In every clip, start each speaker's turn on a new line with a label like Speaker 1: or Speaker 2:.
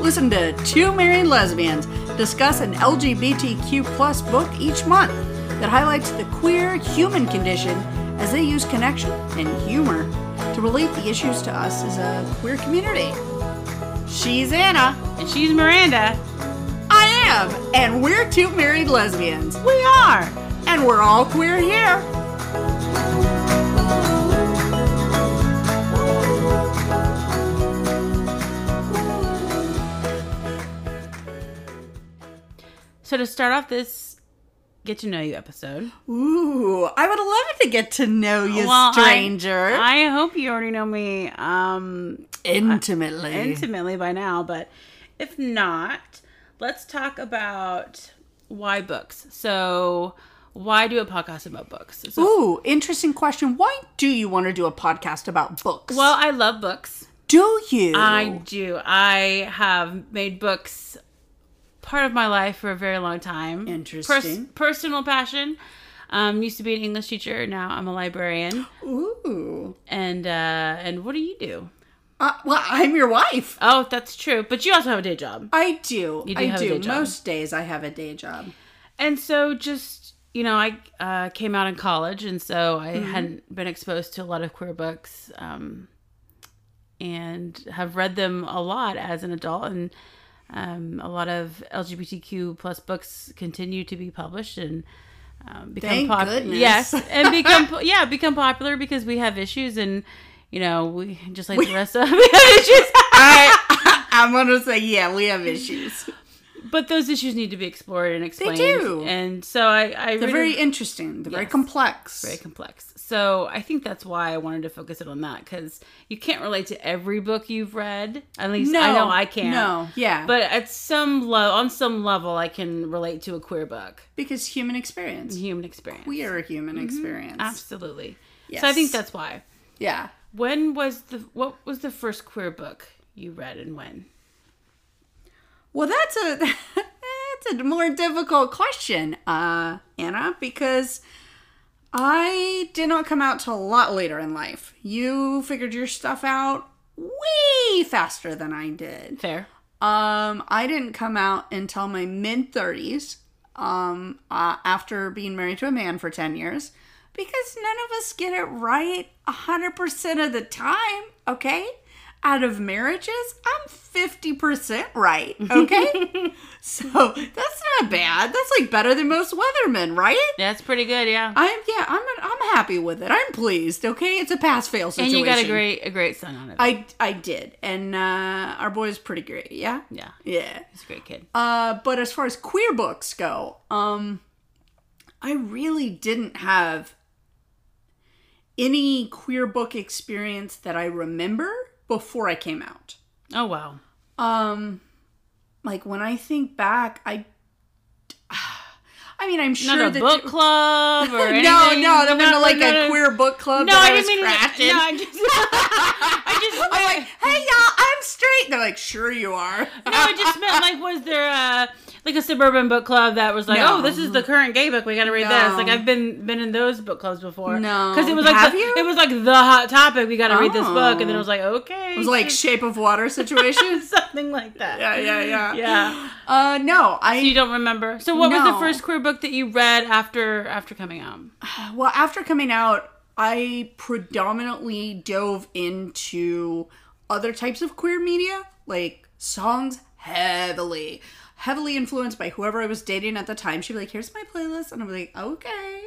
Speaker 1: listen to two married lesbians discuss an LGBTQ plus book each month that highlights the queer human condition as they use connection and humor to relate the issues to us as a queer community. She's Anna.
Speaker 2: And she's Miranda.
Speaker 1: I am. And we're two married lesbians.
Speaker 2: We are.
Speaker 1: And we're all queer here.
Speaker 2: So to start off this get to know you episode.
Speaker 1: Ooh, I would love to get to know you,
Speaker 2: Well, I-
Speaker 1: stranger.
Speaker 2: I hope you already know me um
Speaker 1: intimately.
Speaker 2: intimately by now, but if not, let's talk about why books. So why do a podcast about books? So,
Speaker 1: Ooh, interesting question. Why do you want to do a podcast about books?
Speaker 2: well, I love books.
Speaker 1: do you?
Speaker 2: I do. I have made books part of my life for a very long time.
Speaker 1: Interesting.
Speaker 2: personal passion. Um, used to be an English teacher. Now I'm a librarian.
Speaker 1: Ooh.
Speaker 2: And uh, and what do you do?
Speaker 1: Uh, well, I'm your wife.
Speaker 2: Oh, that's true. But you also have a day job.
Speaker 1: I do.
Speaker 2: You do
Speaker 1: I
Speaker 2: have a
Speaker 1: do.
Speaker 2: day job.
Speaker 1: Most days I have a day job.
Speaker 2: And so just you know, I uh, came out in college, and so I
Speaker 1: Mm-hmm.
Speaker 2: hadn't been exposed to a lot of queer books, um, and have read them a lot as an adult. And um, a lot of LGBTQ plus books continue to be published and um, become
Speaker 1: Thank
Speaker 2: popular.
Speaker 1: goodness.
Speaker 2: Yes, and become po- yeah become popular because we have issues, and you know we just like the rest of we have issues.
Speaker 1: I, I'm going to say, yeah, we have issues.
Speaker 2: But those issues need to be explored and explained.
Speaker 1: do.
Speaker 2: And so I, I
Speaker 1: They're
Speaker 2: read-
Speaker 1: very interesting. They're very
Speaker 2: Yes.
Speaker 1: complex.
Speaker 2: very complex. So I think that's why I wanted to focus it on that because you can't relate to every book you've read. At least I know I can't.
Speaker 1: No, yeah.
Speaker 2: But at some level, on some level, I can relate to a queer book,
Speaker 1: because human experience.
Speaker 2: human experience.
Speaker 1: We are a human
Speaker 2: Mm-hmm.
Speaker 1: experience.
Speaker 2: Absolutely. So I
Speaker 1: Yes.
Speaker 2: think that's why.
Speaker 1: Yeah.
Speaker 2: When was the what was the first queer book you read and when?
Speaker 1: Well, that's a that's a more difficult question, uh, Anna, because I did not come out till a lot later in life. You figured your stuff out way faster than I did.
Speaker 2: Fair.
Speaker 1: Um, I didn't come out until my mid thirties. Um, uh, after being married to a man for ten years, because none of us get it right hundred percent of the time. Okay, out of marriages, I'm fifty percent right. Okay, so that's not bad. That's like better than most weathermen, right?
Speaker 2: That's pretty good, yeah.
Speaker 1: I'm yeah, I'm I'm happy with it. I'm pleased. Okay, it's a pass fail
Speaker 2: and
Speaker 1: situation.
Speaker 2: you got a great a great son on it.
Speaker 1: I I did, and uh, our boy is pretty great. Yeah,
Speaker 2: yeah.
Speaker 1: yeah.
Speaker 2: He's a great kid.
Speaker 1: Uh, but as far as queer books go, um, I really didn't have any queer book experience that I remember before I came out.
Speaker 2: Oh wow.
Speaker 1: Um, like when I think back, I, I mean, I'm sure
Speaker 2: Not a
Speaker 1: that
Speaker 2: book club or anything.
Speaker 1: no, no, that wasn't like
Speaker 2: no,
Speaker 1: a
Speaker 2: no.
Speaker 1: queer book club.
Speaker 2: No,
Speaker 1: that
Speaker 2: I didn't mean
Speaker 1: crafted.
Speaker 2: it. No, I just, I just,
Speaker 1: I'm like, hey y'all, I'm straight. They're like, sure you are.
Speaker 2: no, I just meant like, was there a like a suburban book club that was like,
Speaker 1: No.
Speaker 2: oh, this is the current gay book, we got to read
Speaker 1: No.
Speaker 2: this. Like, I've been been in those book clubs before.
Speaker 1: No.
Speaker 2: because it was like
Speaker 1: Have
Speaker 2: the,
Speaker 1: you?
Speaker 2: it was like the hot topic. We got to read this book, and
Speaker 1: Oh.
Speaker 2: then it was like, okay,
Speaker 1: It was like shape of water situation.
Speaker 2: something like that.
Speaker 1: yeah, yeah, yeah.
Speaker 2: Yeah.
Speaker 1: Uh, no, I
Speaker 2: You don't remember. So, what was
Speaker 1: No.
Speaker 2: the first queer book that you read after after coming out?
Speaker 1: well after coming out, I predominantly dove into other types of queer media, like songs heavily, heavily influenced by whoever I was dating at the time. She'd be like, "Here's my playlist," and I'm like, "Okay,"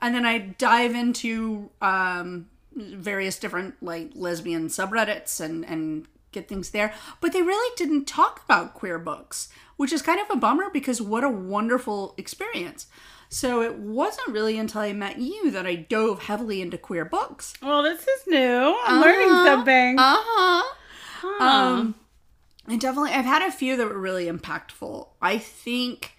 Speaker 1: and then I dive into um, various different like lesbian subreddits and and get things there but they really didn't talk about queer books which is kind of a bummer because what a wonderful experience so it wasn't really until i met you that i dove heavily into queer books
Speaker 2: Well, this is new. I'm learning something.
Speaker 1: uh-huh um and definitely i've had a few that were really impactful i think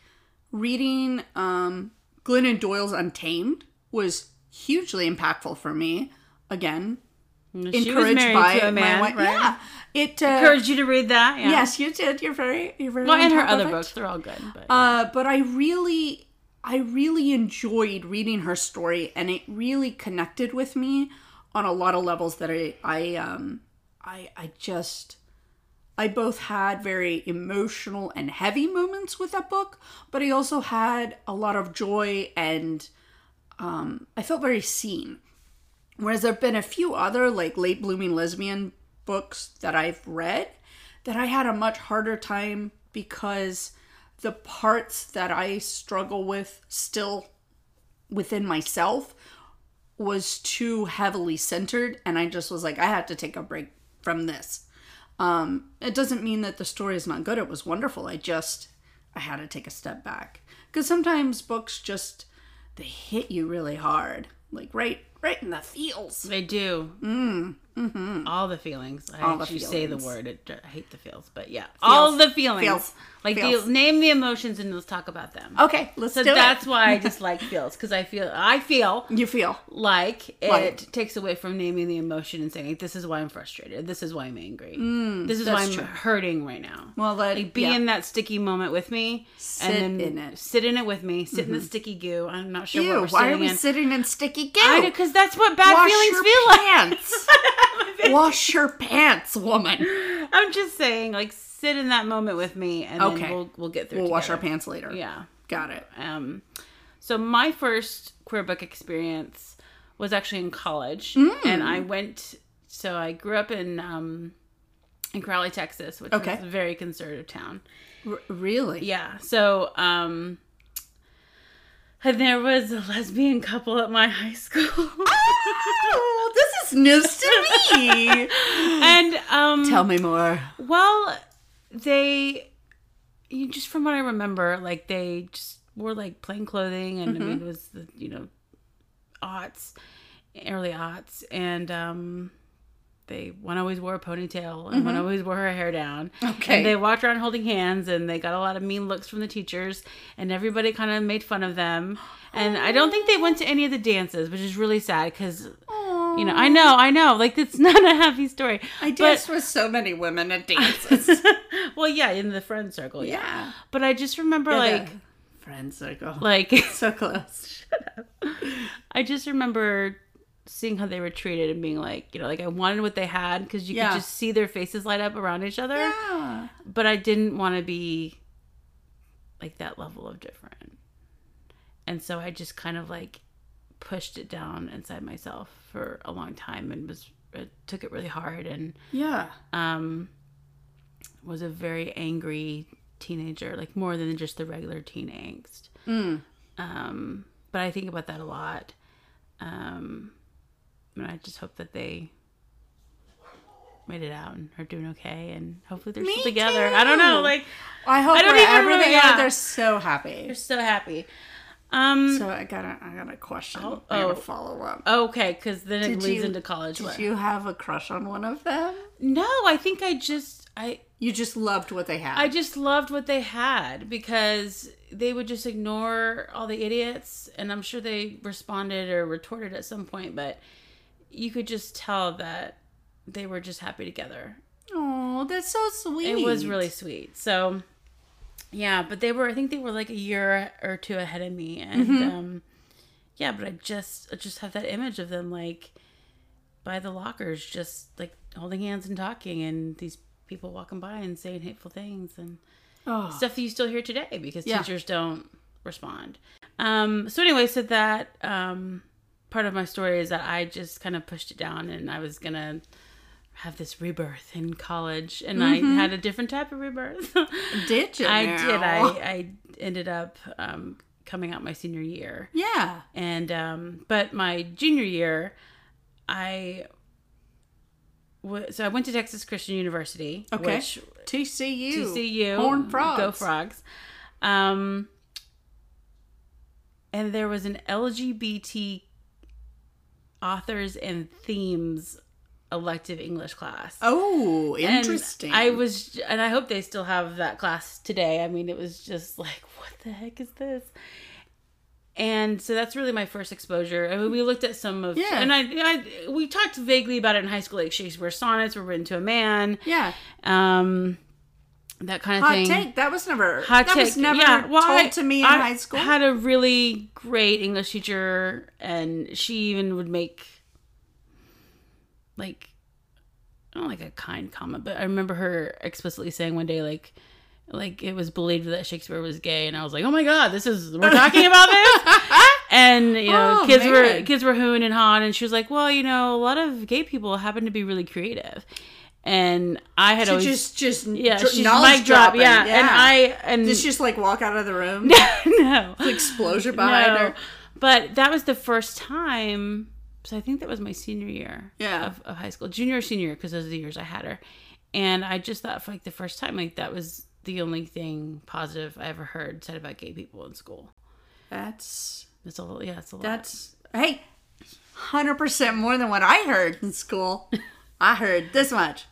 Speaker 1: reading um glennon doyle's untamed was hugely impactful for me again
Speaker 2: she was
Speaker 1: encouraged
Speaker 2: married
Speaker 1: by
Speaker 2: to a man,
Speaker 1: my wife.
Speaker 2: right?
Speaker 1: Yeah, it. Uh,
Speaker 2: Encouraged you to read that. Yeah.
Speaker 1: yes, you did. You're very, you're very.
Speaker 2: Well,
Speaker 1: on
Speaker 2: and her
Speaker 1: top of
Speaker 2: other
Speaker 1: it.
Speaker 2: books, they're all good. But
Speaker 1: Uh, but I really, I really enjoyed reading her story, and it really connected with me on a lot of levels that I, I, um, I, I just, I both had very emotional and heavy moments with that book, but I also had a lot of joy and um, I felt very seen. Whereas there have been a few other, like, late blooming lesbian books that I've read that I had a much harder time because the parts that I struggle with still within myself was too heavily centered and I just was like I had to take a break from this. Um it doesn't mean that the story is not good. It was wonderful. I just I had to take a step back cuz sometimes books just they hit you really hard. Like right right in the feels.
Speaker 2: They do. Mm. Mm-hmm. All the feelings. I
Speaker 1: All
Speaker 2: all
Speaker 1: the
Speaker 2: you say the
Speaker 1: feelings.
Speaker 2: word. It, I hate the feels, but yeah, all the feelings.
Speaker 1: Feels.
Speaker 2: Like
Speaker 1: Feels.
Speaker 2: The, name the emotions and let's talk about them.
Speaker 1: Okay, let's
Speaker 2: so
Speaker 1: do
Speaker 2: that's
Speaker 1: it.
Speaker 2: why I just like feels because I feel I feel
Speaker 1: You feel.
Speaker 2: like it
Speaker 1: Like.
Speaker 2: takes away from naming the emotion and saying this is why I'm frustrated. This is why I'm angry. this is why I'm
Speaker 1: Mm, that's true.
Speaker 2: hurting right now.
Speaker 1: Well, that
Speaker 2: Like, be in that sticky moment with me.
Speaker 1: Sit in it. Mm-hmm.
Speaker 2: Sit in it with me. Sit in the sticky goo. I'm not sure what
Speaker 1: Ew,
Speaker 2: we're
Speaker 1: why
Speaker 2: sitting
Speaker 1: are we
Speaker 2: in.
Speaker 1: sitting in sticky goo?
Speaker 2: Because that's what bad
Speaker 1: Wash
Speaker 2: feelings
Speaker 1: your
Speaker 2: feel like.
Speaker 1: pants. Wash your pants, woman.
Speaker 2: I'm just saying, like, sit in that moment with me, and
Speaker 1: Okay.
Speaker 2: then we'll we'll get through.
Speaker 1: We'll
Speaker 2: it
Speaker 1: wash our
Speaker 2: together.
Speaker 1: pants later.
Speaker 2: Yeah.
Speaker 1: Got it.
Speaker 2: Um, so my first queer book experience was actually in college, and
Speaker 1: Mm.
Speaker 2: I went. So I grew up in um, in Crowley, Texas, which
Speaker 1: Okay.
Speaker 2: is a very conservative town.
Speaker 1: R- really?
Speaker 2: Yeah. So um, and there was a lesbian couple at my high school,
Speaker 1: Oh, this is news to me.
Speaker 2: and um,
Speaker 1: Tell me more.
Speaker 2: Well, they, you just from what I remember, like they just wore like plain clothing, and I mean it was the you know, aughts, early aughts, and um, they one always wore a ponytail and one always wore her hair down.
Speaker 1: Okay.
Speaker 2: and they walked around holding hands, and they got a lot of mean looks from the teachers, and everybody kind of made fun of them. And I don't think they went to any of the dances, which is really sad because. You know, I know, I know. Like it's not a happy story.
Speaker 1: I
Speaker 2: but-
Speaker 1: danced with so many women at dances.
Speaker 2: well, yeah, in the friend circle, yeah.
Speaker 1: yeah.
Speaker 2: But I just remember like
Speaker 1: friend circle.
Speaker 2: like
Speaker 1: so close.
Speaker 2: I just remember seeing how they were treated and being like, you know, like I wanted what they had because you
Speaker 1: Yeah.
Speaker 2: could just see their faces light up around each other.
Speaker 1: Yeah.
Speaker 2: But I didn't want to be like that level of different. And so I just kind of like pushed it down inside myself for a long time and was it took it really hard and
Speaker 1: Yeah.
Speaker 2: um, was a very angry teenager, like more than just the regular teen angst.
Speaker 1: Mm.
Speaker 2: Um, but I think about that a lot. Um, and I just hope that they made it out and are doing okay, and hopefully they're still together. I don't know,
Speaker 1: too.
Speaker 2: like
Speaker 1: I hope
Speaker 2: I don't even
Speaker 1: wherever
Speaker 2: remember-
Speaker 1: they are,
Speaker 2: yeah.
Speaker 1: they're so happy.
Speaker 2: they're so happy. Um,
Speaker 1: So I got a, I got a question. I got a
Speaker 2: oh.
Speaker 1: follow up.
Speaker 2: okay, because then it
Speaker 1: Did
Speaker 2: leads
Speaker 1: you-
Speaker 2: into college.
Speaker 1: Did
Speaker 2: what-
Speaker 1: you have a crush on one of them?
Speaker 2: no, I think I just I
Speaker 1: You just loved what they had.
Speaker 2: I just loved what they had because they would just ignore all the idiots, and I'm sure they responded or retorted at some point, but you could just tell that they were just happy together.
Speaker 1: Oh, that's so sweet.
Speaker 2: It was really sweet. So, yeah, but they were, I think they were like a year or two ahead of me, and um, yeah, but I just, I just have that image of them like by the lockers, just like holding hands and talking, and these people walking by and saying hateful things and
Speaker 1: Oh.
Speaker 2: stuff that you still hear today because
Speaker 1: Yeah.
Speaker 2: teachers don't respond. Um, so anyway, so that um, part of my story is that I just kind of pushed it down and I was gonna have this rebirth in college, and
Speaker 1: Mm-hmm.
Speaker 2: I had a different type of rebirth.
Speaker 1: did you?
Speaker 2: I
Speaker 1: now?
Speaker 2: did. I I ended up um, coming out my senior year
Speaker 1: Yeah.
Speaker 2: and um but my junior year I w- so I went to Texas Christian University
Speaker 1: Okay.
Speaker 2: which
Speaker 1: TCU.
Speaker 2: TCU
Speaker 1: Horn frogs.
Speaker 2: go frogs um and there was an LGBT authors and themes elective English class
Speaker 1: Oh,
Speaker 2: and
Speaker 1: interesting.
Speaker 2: I was, and I hope they still have that class today. I mean, it was just like, what the heck is this? And so that's really my first exposure. I mean, we looked at some of,
Speaker 1: Yeah.
Speaker 2: and I, I, we talked vaguely about it in high school. Like Shakespeare's sonnets were written to a man,
Speaker 1: yeah.
Speaker 2: um, that kind of
Speaker 1: Hot
Speaker 2: thing.
Speaker 1: take. That was never.
Speaker 2: Hot
Speaker 1: that
Speaker 2: take.
Speaker 1: was never
Speaker 2: yeah. well,
Speaker 1: told
Speaker 2: I-
Speaker 1: to me in
Speaker 2: I
Speaker 1: high school.
Speaker 2: Had a really great English teacher, and she even would make like not like a kind comment, but I remember her explicitly saying one day like like it was believed that Shakespeare was gay, and I was like, oh my god, this is we're talking about this. And you know,
Speaker 1: Oh,
Speaker 2: kids were
Speaker 1: man.
Speaker 2: kids were hooing and hawing, and she was like, well, you know, a lot of gay people happen to be really creative, and I had
Speaker 1: to
Speaker 2: always
Speaker 1: just just
Speaker 2: yeah,
Speaker 1: dr-
Speaker 2: she's
Speaker 1: knowledge
Speaker 2: mic drop,
Speaker 1: dropping.
Speaker 2: yeah. and I and
Speaker 1: Just just like walk out of the room,
Speaker 2: no,
Speaker 1: explosion behind
Speaker 2: no.
Speaker 1: her.
Speaker 2: But that was the first time. So I think that was my senior year
Speaker 1: Yeah.
Speaker 2: of, of high school, junior or senior, because those are the years I had her. And I just thought for like the first time, like that was the only thing positive I ever heard said about gay people in school.
Speaker 1: That's
Speaker 2: That's a lot. Yeah, it's a lot.
Speaker 1: that's hey, hundred percent more than what I heard in school. I heard this much.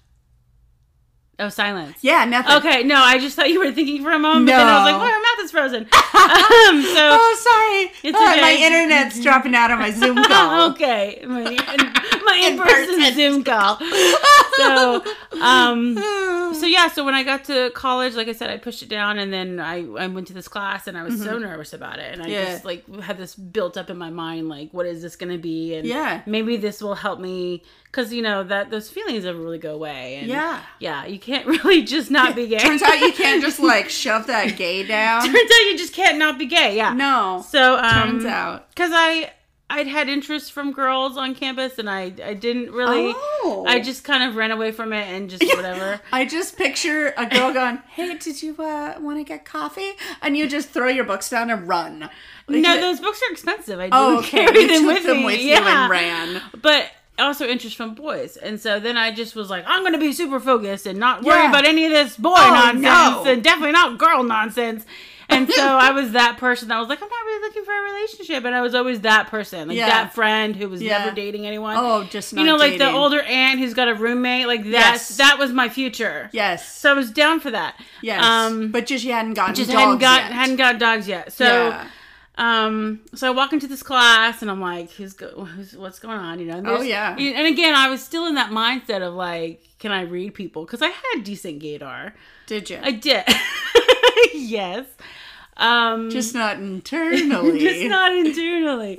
Speaker 2: oh, silence.
Speaker 1: Yeah, nothing.
Speaker 2: Okay, no, I just thought you were thinking for a moment, but then I
Speaker 1: No.
Speaker 2: was like, well, her mouth is frozen. um, so
Speaker 1: Oh, sorry.
Speaker 2: It's
Speaker 1: Oh,
Speaker 2: okay.
Speaker 1: My internet's dropping out on my Zoom call.
Speaker 2: okay, my, in, my
Speaker 1: In
Speaker 2: in-person
Speaker 1: person.
Speaker 2: Zoom call. So, um, so yeah, so when I got to college, like I said, I pushed it down, and then I, I went to this class, and I was so nervous about it, and
Speaker 1: Mm-hmm.
Speaker 2: I
Speaker 1: Yeah.
Speaker 2: just like had this built up in my mind, like, what is this going to be, and
Speaker 1: Yeah.
Speaker 2: maybe this will help me, because you know that those feelings never really go away, and
Speaker 1: Yeah.
Speaker 2: yeah, you can't really just not be gay.
Speaker 1: Turns out you can't just like shove that gay down.
Speaker 2: Turns out you just can't not be gay. Yeah.
Speaker 1: No.
Speaker 2: So um,
Speaker 1: Turns out.
Speaker 2: because I I'd had interest from girls on campus, and I I didn't really.
Speaker 1: Oh.
Speaker 2: I just kind of ran away from it and just whatever.
Speaker 1: I just picture a girl going, "Hey, did you uh, want to get coffee?" And you just throw your books down and run. Like,
Speaker 2: no, those books are expensive. I didn't
Speaker 1: oh, okay.
Speaker 2: carry
Speaker 1: You
Speaker 2: them
Speaker 1: took
Speaker 2: with
Speaker 1: them
Speaker 2: me.
Speaker 1: with
Speaker 2: yeah.
Speaker 1: you and ran.
Speaker 2: But also interest from boys, and so then I just was like, I'm going to be super focused and not worry
Speaker 1: Yeah.
Speaker 2: about any of this boy
Speaker 1: Oh,
Speaker 2: nonsense
Speaker 1: no.
Speaker 2: and definitely not girl nonsense. And so I was that person that was like, I'm not really looking for a relationship, and I was always that person, like
Speaker 1: Yeah.
Speaker 2: that friend who was
Speaker 1: Yeah.
Speaker 2: never dating anyone.
Speaker 1: Oh, just not
Speaker 2: you know, like the
Speaker 1: dating.
Speaker 2: older aunt who's got a roommate, like that.
Speaker 1: Yes.
Speaker 2: That was my future.
Speaker 1: Yes.
Speaker 2: So I was down for that.
Speaker 1: yes.
Speaker 2: Um,
Speaker 1: but just you hadn't gotten
Speaker 2: just
Speaker 1: dogs
Speaker 2: hadn't got
Speaker 1: yet.
Speaker 2: hadn't got dogs yet. So,
Speaker 1: Yeah.
Speaker 2: um, so I walk into this class and I'm like, who's, go- who's what's going on? You know. and
Speaker 1: Oh,
Speaker 2: there's-
Speaker 1: yeah.
Speaker 2: And again, I was still in that mindset of like, can I read people? Because I had decent gaydar.
Speaker 1: Did you?
Speaker 2: I did. yes. Um,
Speaker 1: just not internally.
Speaker 2: just not internally.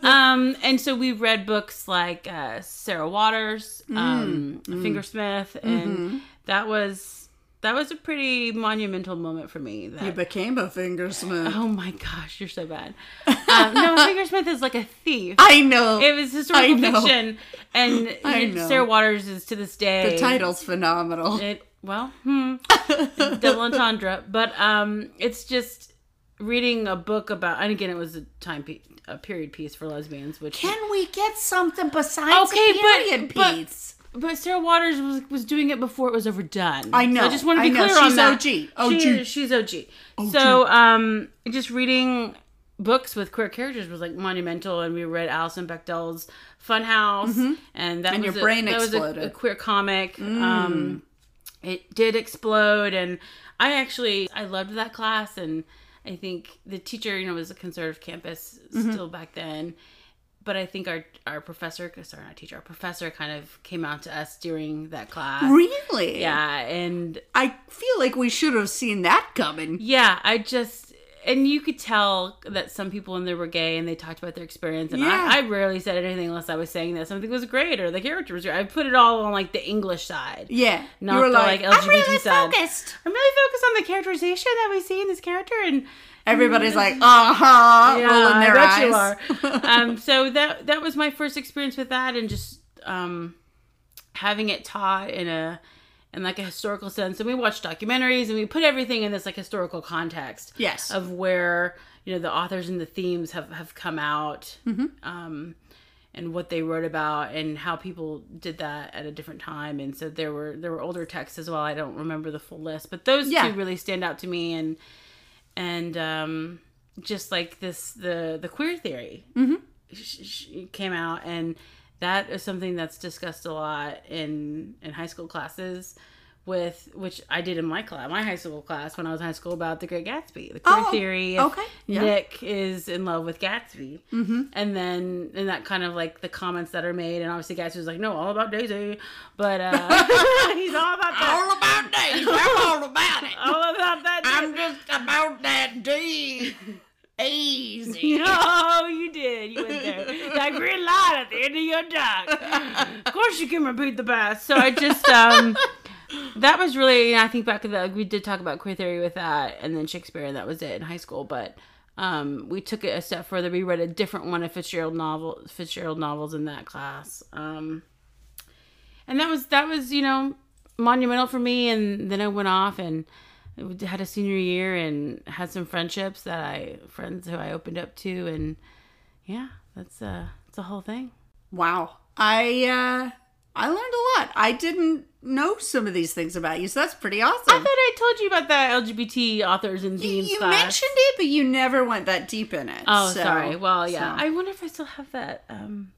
Speaker 2: um, and so we read books like uh, Sarah Waters,
Speaker 1: Mm,
Speaker 2: um, Fingersmith,
Speaker 1: Mm-hmm.
Speaker 2: and that was that was a pretty monumental moment for me. That
Speaker 1: you became a fingersmith.
Speaker 2: oh my gosh, you're so bad. Um, no, Fingersmith is like a thief.
Speaker 1: I know.
Speaker 2: It was historical
Speaker 1: I know.
Speaker 2: fiction, and
Speaker 1: I know.
Speaker 2: Sarah Waters is to this day
Speaker 1: the title's phenomenal.
Speaker 2: it well, hmm, double entendre. But um, it's just reading a book about, and again, it was a time pe- a period piece for lesbians, which
Speaker 1: Can we get something besides
Speaker 2: Okay,
Speaker 1: a
Speaker 2: but-
Speaker 1: period
Speaker 2: but-
Speaker 1: piece?
Speaker 2: but Sarah Waters was, was doing it before it was overdone.
Speaker 1: I know,
Speaker 2: So I just want to be
Speaker 1: I know.
Speaker 2: clear on
Speaker 1: She's
Speaker 2: that.
Speaker 1: OG. OG.
Speaker 2: She, she's OG. So um, just reading books with queer characters was like monumental, and we read Alison Bechdel's Funhouse, and
Speaker 1: Mm-hmm.
Speaker 2: that
Speaker 1: And
Speaker 2: was
Speaker 1: your
Speaker 2: a,
Speaker 1: brain
Speaker 2: that was a-
Speaker 1: exploded. Mm.
Speaker 2: a, queer comic. Um, it did explode, and I actually I loved that class, and I think the teacher you know was a conservative campus
Speaker 1: Mm-hmm.
Speaker 2: still back then but I think our our professor, sorry, not teacher, our professor kind of came out to us during that class.
Speaker 1: Really?
Speaker 2: Yeah, and
Speaker 1: I feel like we should have seen that coming.
Speaker 2: yeah, I just and you could tell that some people in there were gay and they talked about their experience and
Speaker 1: Yeah.
Speaker 2: I, I rarely said anything unless I was saying that something was great or the character was great. I put it all on like the English side.
Speaker 1: Yeah.
Speaker 2: Not
Speaker 1: you were
Speaker 2: the,
Speaker 1: like,
Speaker 2: like,
Speaker 1: I'm really
Speaker 2: LGBT side.
Speaker 1: focused.
Speaker 2: I'm really focused on the characterization that we see in this character and
Speaker 1: Everybody's like,
Speaker 2: Mm-hmm.
Speaker 1: uh huh, rolling their eyes.
Speaker 2: you are. um, so that that was my first experience with that, and just um, having it taught in a in like a historical sense. And we watched documentaries, and we put everything in this like historical context
Speaker 1: Yes.
Speaker 2: of where you know the authors and the themes have have come out.
Speaker 1: Mm-hmm.
Speaker 2: Um, and what they wrote about and how people did that at a different time and so there were there were older texts as well i don't remember the full list but those
Speaker 1: Yeah.
Speaker 2: two really stand out to me and and um just like this the the queer theory sh- sh- came out and that is something that's discussed a lot in in high school classes with which I did in my class, my high school class when I was in high school about the Great Gatsby, the queer
Speaker 1: Oh,
Speaker 2: theory. if
Speaker 1: okay, yeah.
Speaker 2: Nick is in love with Gatsby, mm-hmm. and then and that kind of like the comments that are made, and obviously Gatsby's like, no, all about Daisy, but uh, he's all about that,
Speaker 1: All about days. I'm all about it.
Speaker 2: all about that.
Speaker 1: I'm just about that D. Easy.
Speaker 2: Oh, you did. You went there. That green light. at the end of your dock. Of course, you can repeat the past. So I just um, that was really. And I think back to the we did talk about queer theory with that, and then Shakespeare, and that was it in high school. But um, we took it a step further. We read a different one of Fitzgerald novel Fitzgerald novels in that class. Um, and that was that was you know monumental for me. And then I went off and had a senior year and had some friendships that I friends who I opened up to and yeah, that's uh it's a whole thing.
Speaker 1: Wow. I uh I learned a lot. I didn't know some of these things about you, so that's pretty awesome.
Speaker 2: I thought I told you about the LGBT authors and
Speaker 1: you
Speaker 2: themes
Speaker 1: you
Speaker 2: class.
Speaker 1: mentioned it, but you never went that deep in it.
Speaker 2: Oh,
Speaker 1: so-
Speaker 2: sorry. Well, yeah.
Speaker 1: so-
Speaker 2: I wonder if I still have that um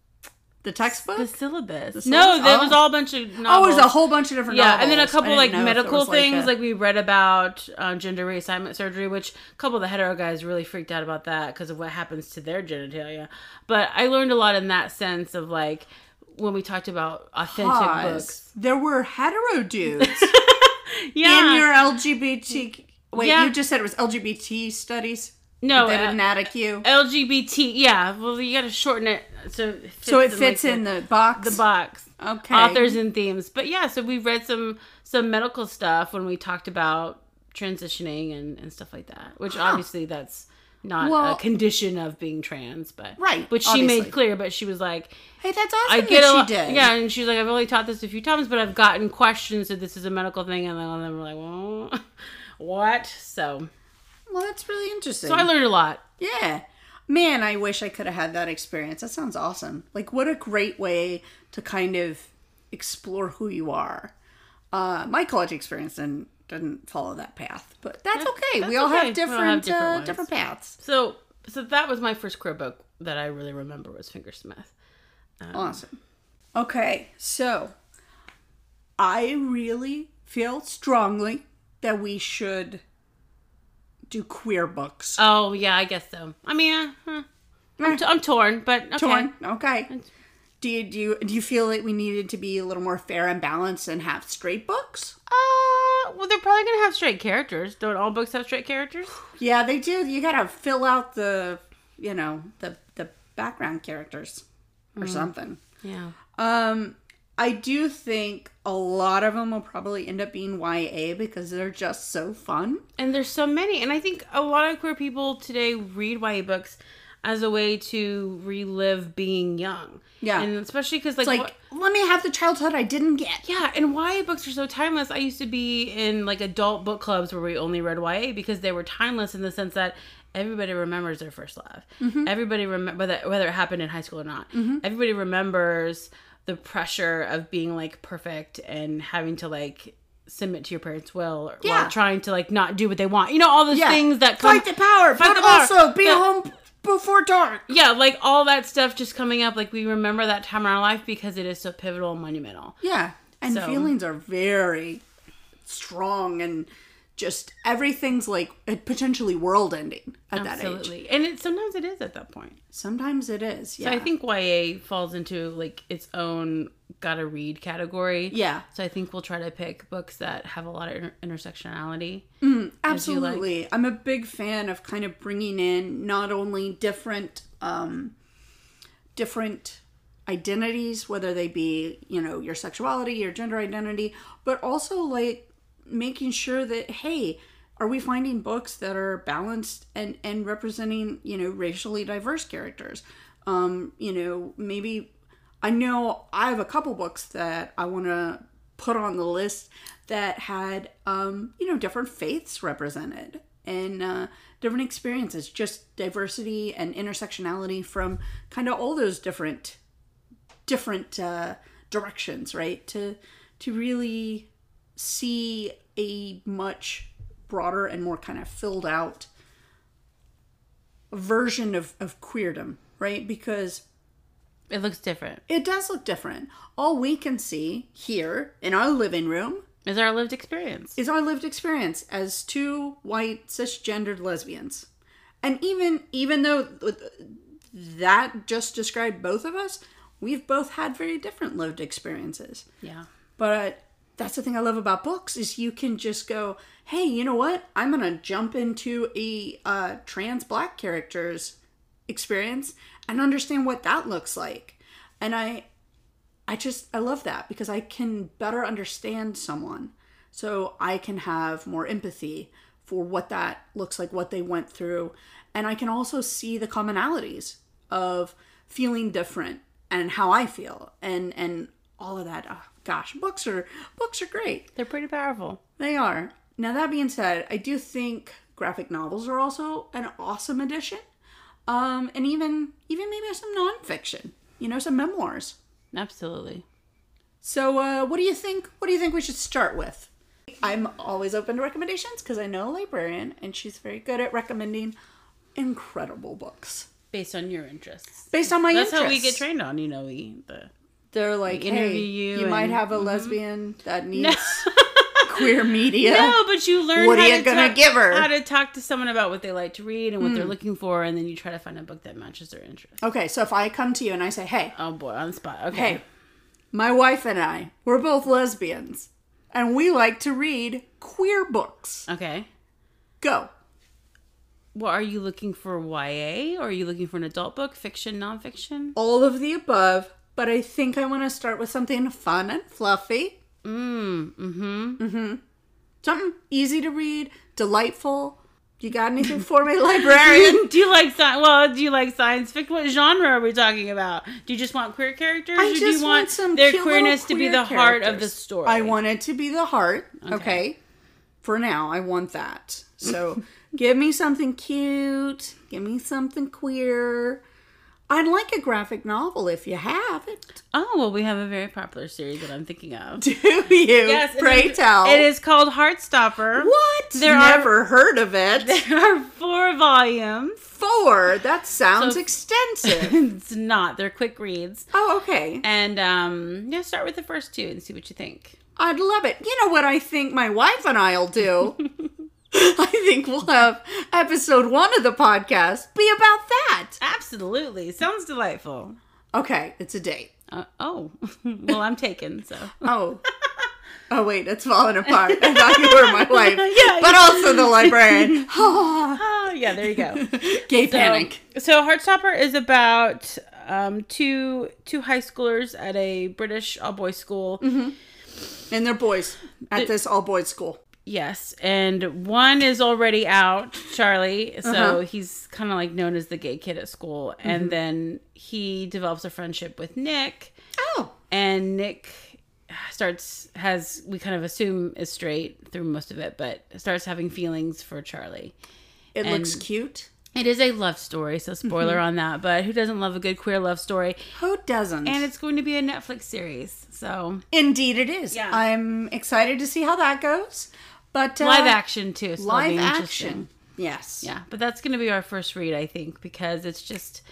Speaker 1: the textbook.
Speaker 2: the syllabus.
Speaker 1: The
Speaker 2: No,
Speaker 1: syllabus?
Speaker 2: that
Speaker 1: Oh.
Speaker 2: was all a bunch of
Speaker 1: oh, it
Speaker 2: novels.
Speaker 1: was a whole bunch of different.
Speaker 2: yeah,
Speaker 1: novels.
Speaker 2: and then a
Speaker 1: I
Speaker 2: couple
Speaker 1: didn't
Speaker 2: like
Speaker 1: know if it
Speaker 2: medical
Speaker 1: was
Speaker 2: things,
Speaker 1: a-
Speaker 2: like we read about um, gender reassignment surgery, which a couple of the hetero guys really freaked out about that because of what happens to their genitalia. But I learned a lot in that sense of like when we talked about authentic
Speaker 1: Pause.
Speaker 2: books.
Speaker 1: There were hetero dudes
Speaker 2: Yeah, Mm.
Speaker 1: in your LGBT. Wait,
Speaker 2: Yeah.
Speaker 1: you just said it was LGBT studies.
Speaker 2: no,
Speaker 1: they
Speaker 2: uh,
Speaker 1: didn't add a Q,
Speaker 2: LGBT. Yeah, well, you got to shorten it so it fits
Speaker 1: so it
Speaker 2: in,
Speaker 1: fits
Speaker 2: like,
Speaker 1: in the box.
Speaker 2: the box.
Speaker 1: Okay.
Speaker 2: authors and themes. But yeah, so we read some some medical stuff when we talked about transitioning and, and stuff like that. Which obviously that's not
Speaker 1: Well-
Speaker 2: a condition of being trans, but
Speaker 1: Right,
Speaker 2: Which she
Speaker 1: obviously.
Speaker 2: made clear, but she was like,
Speaker 1: Hey, that's awesome
Speaker 2: I get a
Speaker 1: that
Speaker 2: lot,
Speaker 1: she did.
Speaker 2: yeah, and she's like, I've only taught this a few times, but I've gotten questions that this is a medical thing, and then they were like, well, what? So
Speaker 1: Well, that's really interesting.
Speaker 2: so I learned a lot.
Speaker 1: Yeah. Man, I wish I could have had that experience. That sounds awesome. Like, what a great way to kind of explore who you are. Uh, my college experience didn't, didn't follow that path, but that's okay. we all
Speaker 2: that's okay. We all
Speaker 1: have
Speaker 2: have
Speaker 1: different
Speaker 2: different
Speaker 1: uh,
Speaker 2: ones.
Speaker 1: different paths.
Speaker 2: So so that was my first queer book that I really remember was Fingersmith.
Speaker 1: Awesome. Okay, so I really feel strongly that we should do queer books.
Speaker 2: Oh yeah, I guess so. I mean, uh, huh. I'm, t- I'm torn, but okay.
Speaker 1: Torn. Okay. Do you do you, do you feel that we needed to be a little more fair and balanced and have straight books?
Speaker 2: Uh, well, they're probably gonna have straight characters. Don't all books have straight characters?
Speaker 1: Yeah, they do. You gotta fill out the you know the the background characters or
Speaker 2: Mm-hmm.
Speaker 1: something.
Speaker 2: Yeah.
Speaker 1: Um, I do think a lot of them will probably end up being YA because they're just so fun.
Speaker 2: And there's so many, and I think a lot of queer people today read YA books as a way to relive being young.
Speaker 1: Yeah.
Speaker 2: and especially because like.
Speaker 1: It's like
Speaker 2: what-
Speaker 1: let me have the childhood I didn't get.
Speaker 2: yeah, and YA books are so timeless. I used to be in like adult book clubs where we only read YA because they were timeless in the sense that everybody remembers their first love.
Speaker 1: Mm-hmm.
Speaker 2: Everybody remember whether, whether it happened in high school or not. Everybody remembers the pressure of being like perfect and having to like submit to your parents' will or
Speaker 1: Yeah.
Speaker 2: while trying to like not do what they want. You know all those
Speaker 1: Yeah.
Speaker 2: things that come
Speaker 1: fight the power,
Speaker 2: Fight
Speaker 1: but
Speaker 2: the power.
Speaker 1: also be
Speaker 2: Yeah.
Speaker 1: home before dark.
Speaker 2: yeah, like all that stuff just coming up like we remember that time in our life because it is so pivotal and monumental.
Speaker 1: Yeah. And
Speaker 2: So-
Speaker 1: feelings are very strong and just everything's like potentially world ending at that age.
Speaker 2: Absolutely. And it sometimes it is at that point.
Speaker 1: Sometimes it is. Yeah.
Speaker 2: So I think YA falls into like its own gotta read category.
Speaker 1: Yeah.
Speaker 2: So I think we'll try to pick books that have a lot of inter- intersectionality. you like.
Speaker 1: Absolutely. I'm a big fan of kind of bringing in not only different um different identities whether they be, you know, your sexuality, your gender identity, but also like making sure that hey, are we finding books that are balanced and and representing, you know, racially diverse characters? Um, you know, maybe I know I have a couple books that I want to put on the list that had, um, you know, different faiths represented and uh, different experiences, just diversity and intersectionality from kind of all those different different uh, directions, right? To to really see a much broader and more kind of filled out version of, of queerdom, right? Because
Speaker 2: It looks different.
Speaker 1: it does look different. All we can see here in our living room
Speaker 2: Is our lived experience.
Speaker 1: is our lived experience as two white cisgendered lesbians. And even even though that just described both of us, we've both had very different lived experiences.
Speaker 2: yeah.
Speaker 1: But that's the thing I love about books is you can just go, hey, you know what? I'm gonna jump into a uh, trans black character's experience and understand what that looks like, and i i just i love that because i can better understand someone so i can have more empathy for what that looks like what they went through and i can also see the commonalities of feeling different and how i feel and and all of that oh, gosh books are books are great
Speaker 2: They're pretty powerful.
Speaker 1: they are. Now, that being said, I do think graphic novels are also an awesome addition. Um, and even even maybe some nonfiction, you know, some memoirs.
Speaker 2: Absolutely.
Speaker 1: So, uh, what do you think? What do you think we should start with? I'm always open to recommendations because I know a librarian and she's very good at recommending incredible books
Speaker 2: Based on your interests.
Speaker 1: based on my
Speaker 2: That's
Speaker 1: interests.
Speaker 2: how we get trained on, you know, we the
Speaker 1: They're like,
Speaker 2: interview
Speaker 1: hey,
Speaker 2: you
Speaker 1: you, might
Speaker 2: and- Mm-hmm.
Speaker 1: have a lesbian that needs queer media.
Speaker 2: No, but you learn
Speaker 1: What are
Speaker 2: how
Speaker 1: you
Speaker 2: to
Speaker 1: gonna
Speaker 2: talk-
Speaker 1: give her? Hmm.
Speaker 2: how to talk to someone about what they like to read and what they're looking for and then you try to find a book that matches their interest.
Speaker 1: Okay, so if I come to you and I say, hey,
Speaker 2: Oh boy, on the spot. Okay.
Speaker 1: Hey, my wife and I, we're both lesbians, and we like to read queer books.
Speaker 2: Okay.
Speaker 1: Go.
Speaker 2: Well, are you looking for YA or are you looking for an adult book, fiction, nonfiction?
Speaker 1: All of the above, but I think I want to start with something fun and fluffy.
Speaker 2: Mm, mm-hmm.
Speaker 1: Something easy to read, delightful. You got anything for me, librarian?
Speaker 2: Do you like science? Well, do you like science fiction? What genre are we talking about? Do you just want queer characters,
Speaker 1: I
Speaker 2: or do
Speaker 1: just
Speaker 2: you
Speaker 1: want some
Speaker 2: their
Speaker 1: cute little
Speaker 2: queerness to be
Speaker 1: queer
Speaker 2: the heart of the
Speaker 1: characters.
Speaker 2: story?
Speaker 1: I want it to be the heart. Okay. For now, I want that. So give me something cute. Give me something queer. I'd like a graphic novel if you have it.
Speaker 2: Oh well, we have a very popular series that I'm thinking of.
Speaker 1: Do you?
Speaker 2: Yes, it
Speaker 1: Pray
Speaker 2: is-
Speaker 1: tell.
Speaker 2: It is called Heartstopper.
Speaker 1: What?
Speaker 2: There are-
Speaker 1: Never heard of it.
Speaker 2: There are four volumes.
Speaker 1: Four. That sounds
Speaker 2: So-
Speaker 1: extensive.
Speaker 2: it's not. They're quick reads,
Speaker 1: oh, okay.
Speaker 2: and um, yeah, start with the first two and see what you think.
Speaker 1: I'd love it. You know what I think my wife and I'll do? I think we'll have episode one of the podcast be about that.
Speaker 2: Absolutely, sounds delightful.
Speaker 1: Okay, it's a date.
Speaker 2: Uh, oh, well, I'm taken. So
Speaker 1: Oh. Oh wait, it's falling apart. I thought you were my wife,
Speaker 2: Yeah,
Speaker 1: but
Speaker 2: yeah.
Speaker 1: also the librarian.
Speaker 2: oh yeah, there you go.
Speaker 1: Gay
Speaker 2: So-
Speaker 1: panic.
Speaker 2: So Heartstopper is about um, two two high schoolers at a British all boys school.
Speaker 1: And they're boys at this all boys school.
Speaker 2: Yes, and one is already out, Charlie. So
Speaker 1: Uh-huh.
Speaker 2: he's kind of like known as the gay kid at school, and then he develops a friendship with Nick,
Speaker 1: Oh.
Speaker 2: and Nick starts has we kind of assume is straight through most of it, but starts having feelings for Charlie.
Speaker 1: It
Speaker 2: And-
Speaker 1: looks cute.
Speaker 2: It is a love story, so spoiler
Speaker 1: Mm-hmm.
Speaker 2: on that, but who doesn't love a good queer love story?
Speaker 1: Who doesn't?
Speaker 2: And it's going to be a Netflix series. So
Speaker 1: Indeed it is.
Speaker 2: Yeah.
Speaker 1: I'm excited to see how that goes. But uh,
Speaker 2: live action too. So that'll be
Speaker 1: Live
Speaker 2: interesting.
Speaker 1: action. Yes.
Speaker 2: Yeah, but that's going to be our first read, I think, because it's just,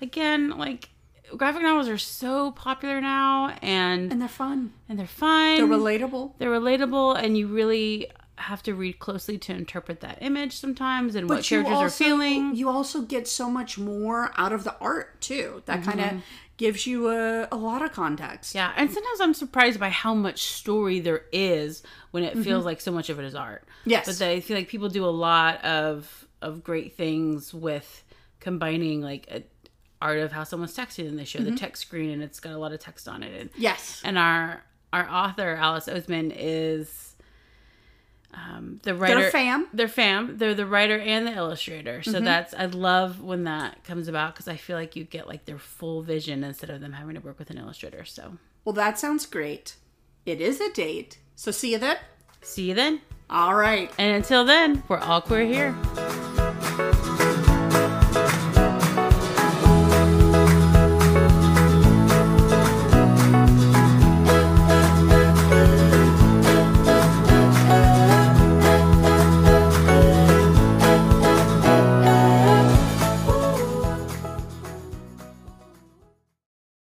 Speaker 2: again, like graphic novels are so popular now, and and,
Speaker 1: And they're fun.
Speaker 2: they're fun,
Speaker 1: They're relatable.
Speaker 2: they're relatable, and you really have to read closely to interpret that image sometimes and what
Speaker 1: But you
Speaker 2: characters are
Speaker 1: also-
Speaker 2: feeling.
Speaker 1: You also get so much more out of the art too. That kind of gives you a, a lot of context.
Speaker 2: Mm-hmm. Yeah, and sometimes I'm surprised by how much story there is when it feels like so much of it is art.
Speaker 1: Mm-hmm. Yes.
Speaker 2: but they I feel like people do a lot of of great things with combining like a, art of how someone's texting and they
Speaker 1: Mm-hmm.
Speaker 2: show the text screen and it's got a lot of text on it. And,
Speaker 1: Yes.
Speaker 2: and our our author Alice Oseman is um, the writer.
Speaker 1: They're fam. Mm-hmm.
Speaker 2: They're fam. They're the writer and the illustrator. So that's I love when that comes about because I feel like you get like their full vision instead of them having to work with an illustrator. So.
Speaker 1: Well, that sounds great. It is a date. So see you then.
Speaker 2: See you then.
Speaker 1: All right.
Speaker 2: And until then, we're all queer here.